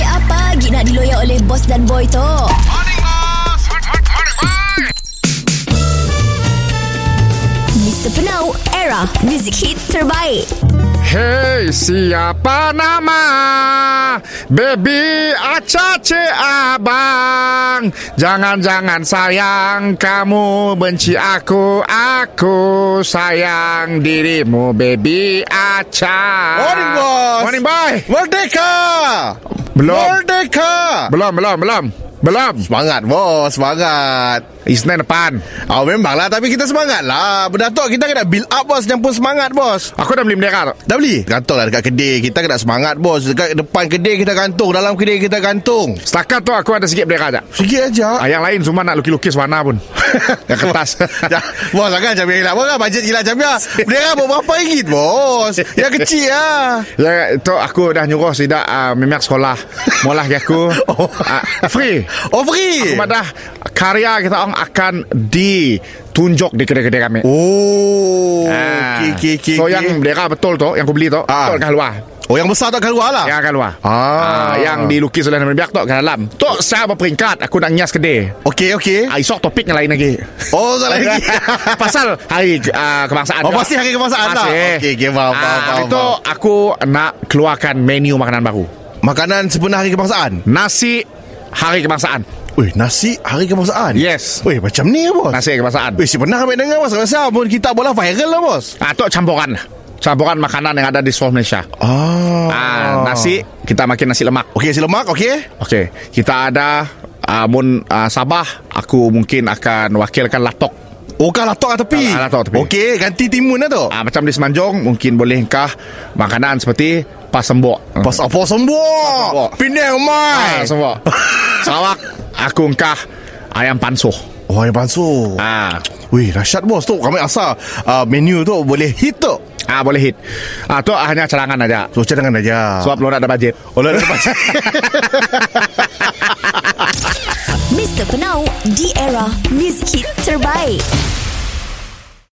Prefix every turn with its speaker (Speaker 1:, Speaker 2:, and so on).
Speaker 1: lagi nak diloyak oleh bos dan boy tu. Mr. Penau, era music hit terbaik.
Speaker 2: Hey, siapa nama? Baby Acace Abang Jangan-jangan sayang kamu benci aku Aku sayang dirimu Baby Aca
Speaker 3: Morning, boss.
Speaker 2: Morning, boy
Speaker 3: Merdeka!
Speaker 2: Belum.
Speaker 3: Merdeka!
Speaker 2: Belum, belum, belum Belum
Speaker 3: Semangat bos, semangat.
Speaker 2: Isnin depan
Speaker 3: Ah oh, memanglah tapi kita semangat lah. Berdatuk kita kena build up bos, jemput semangat bos.
Speaker 2: Aku dah beli bendera tak?
Speaker 3: Dah beli? Gantung lah dekat kedai. Kita kena semangat bos. Dekat depan kedai kita gantung, dalam kedai kita gantung.
Speaker 2: Setakat tu aku ada sikit bendera tak?
Speaker 3: Sikit aja.
Speaker 2: Ah, yang lain semua nak lukis-lukis warna pun Yang kertas
Speaker 3: Ya, bos agak Jamia hilang Bos lah bajet hilang Jamia Bendera bawa berapa ringgit bos Yang kecil lah
Speaker 2: Ya, tu aku dah nyuruh Sidak uh, memek sekolah Molah ke aku
Speaker 3: Oh.
Speaker 2: Ah, Free
Speaker 3: Oh free
Speaker 2: Kepada karya kita orang akan ditunjuk di kedai-kedai kami.
Speaker 3: Oh
Speaker 2: Ah.
Speaker 3: okay, okay, okay,
Speaker 2: so
Speaker 3: okay.
Speaker 2: yang bendera betul tu, yang aku beli tu,
Speaker 3: Ah.
Speaker 2: betul kan luar.
Speaker 3: Oh yang besar tak keluar lah
Speaker 2: Yang akan luar.
Speaker 3: Ah.
Speaker 2: yang dilukis oleh Nabi Biak tu kan dalam. Tu saya berperingkat aku nak nyas kedai.
Speaker 3: Okey okey
Speaker 2: Ah, esok topik yang lain lagi.
Speaker 3: Oh salah lagi
Speaker 2: Pasal hari uh, kebangsaan.
Speaker 3: Oh
Speaker 2: tu.
Speaker 3: masih hari kebangsaan lah
Speaker 2: Masih.
Speaker 3: Okey okey faham faham,
Speaker 2: Ah,
Speaker 3: faham,
Speaker 2: hari tu
Speaker 3: faham.
Speaker 2: aku nak keluarkan menu makanan baru.
Speaker 3: Makanan sempena hari kebangsaan
Speaker 2: Nasi hari kebangsaan.
Speaker 3: Weh nasi hari kebangsaan
Speaker 2: Yes.
Speaker 3: Weh macam ni ya bos
Speaker 2: Nasi hari kebangsaan.
Speaker 3: Weh si pernah ambil dengar bos Rasa pun kita bola viral lah bos
Speaker 2: Ah, tu campuran. Campuran makanan yang ada di seluruh Malaysia.
Speaker 3: Ah,
Speaker 2: Ah, nasi kita makan nasi lemak.
Speaker 3: Okey si lemak okey
Speaker 2: Okey, kita ada uh, mun uh, Sabah, aku mungkin akan wakilkan Latok.
Speaker 3: Oh kau latok kat tepi
Speaker 2: Ah, latok kat tepi.
Speaker 3: Okey ganti timun lah tu
Speaker 2: Uh, macam di Semanjung mungkin bolehkah makanan seperti pasembok.
Speaker 3: Pas apa
Speaker 2: sembok.
Speaker 3: sembok Pindah
Speaker 2: Ah,
Speaker 3: umai
Speaker 2: pasembok. Sarawak, aku ungkah ayam pansuh.
Speaker 3: Oh yang pansu
Speaker 2: Ah,
Speaker 3: Weh rasyat bos tu Kami asal uh, menu tu boleh hit tu
Speaker 2: ah boleh hit. Ah tu ah, hanya cadangan aja.
Speaker 3: So cadangan aja
Speaker 2: Sebab belum ada bajet.
Speaker 3: Oh lah lepas
Speaker 1: Mr. Penau, di era music hit terbaik.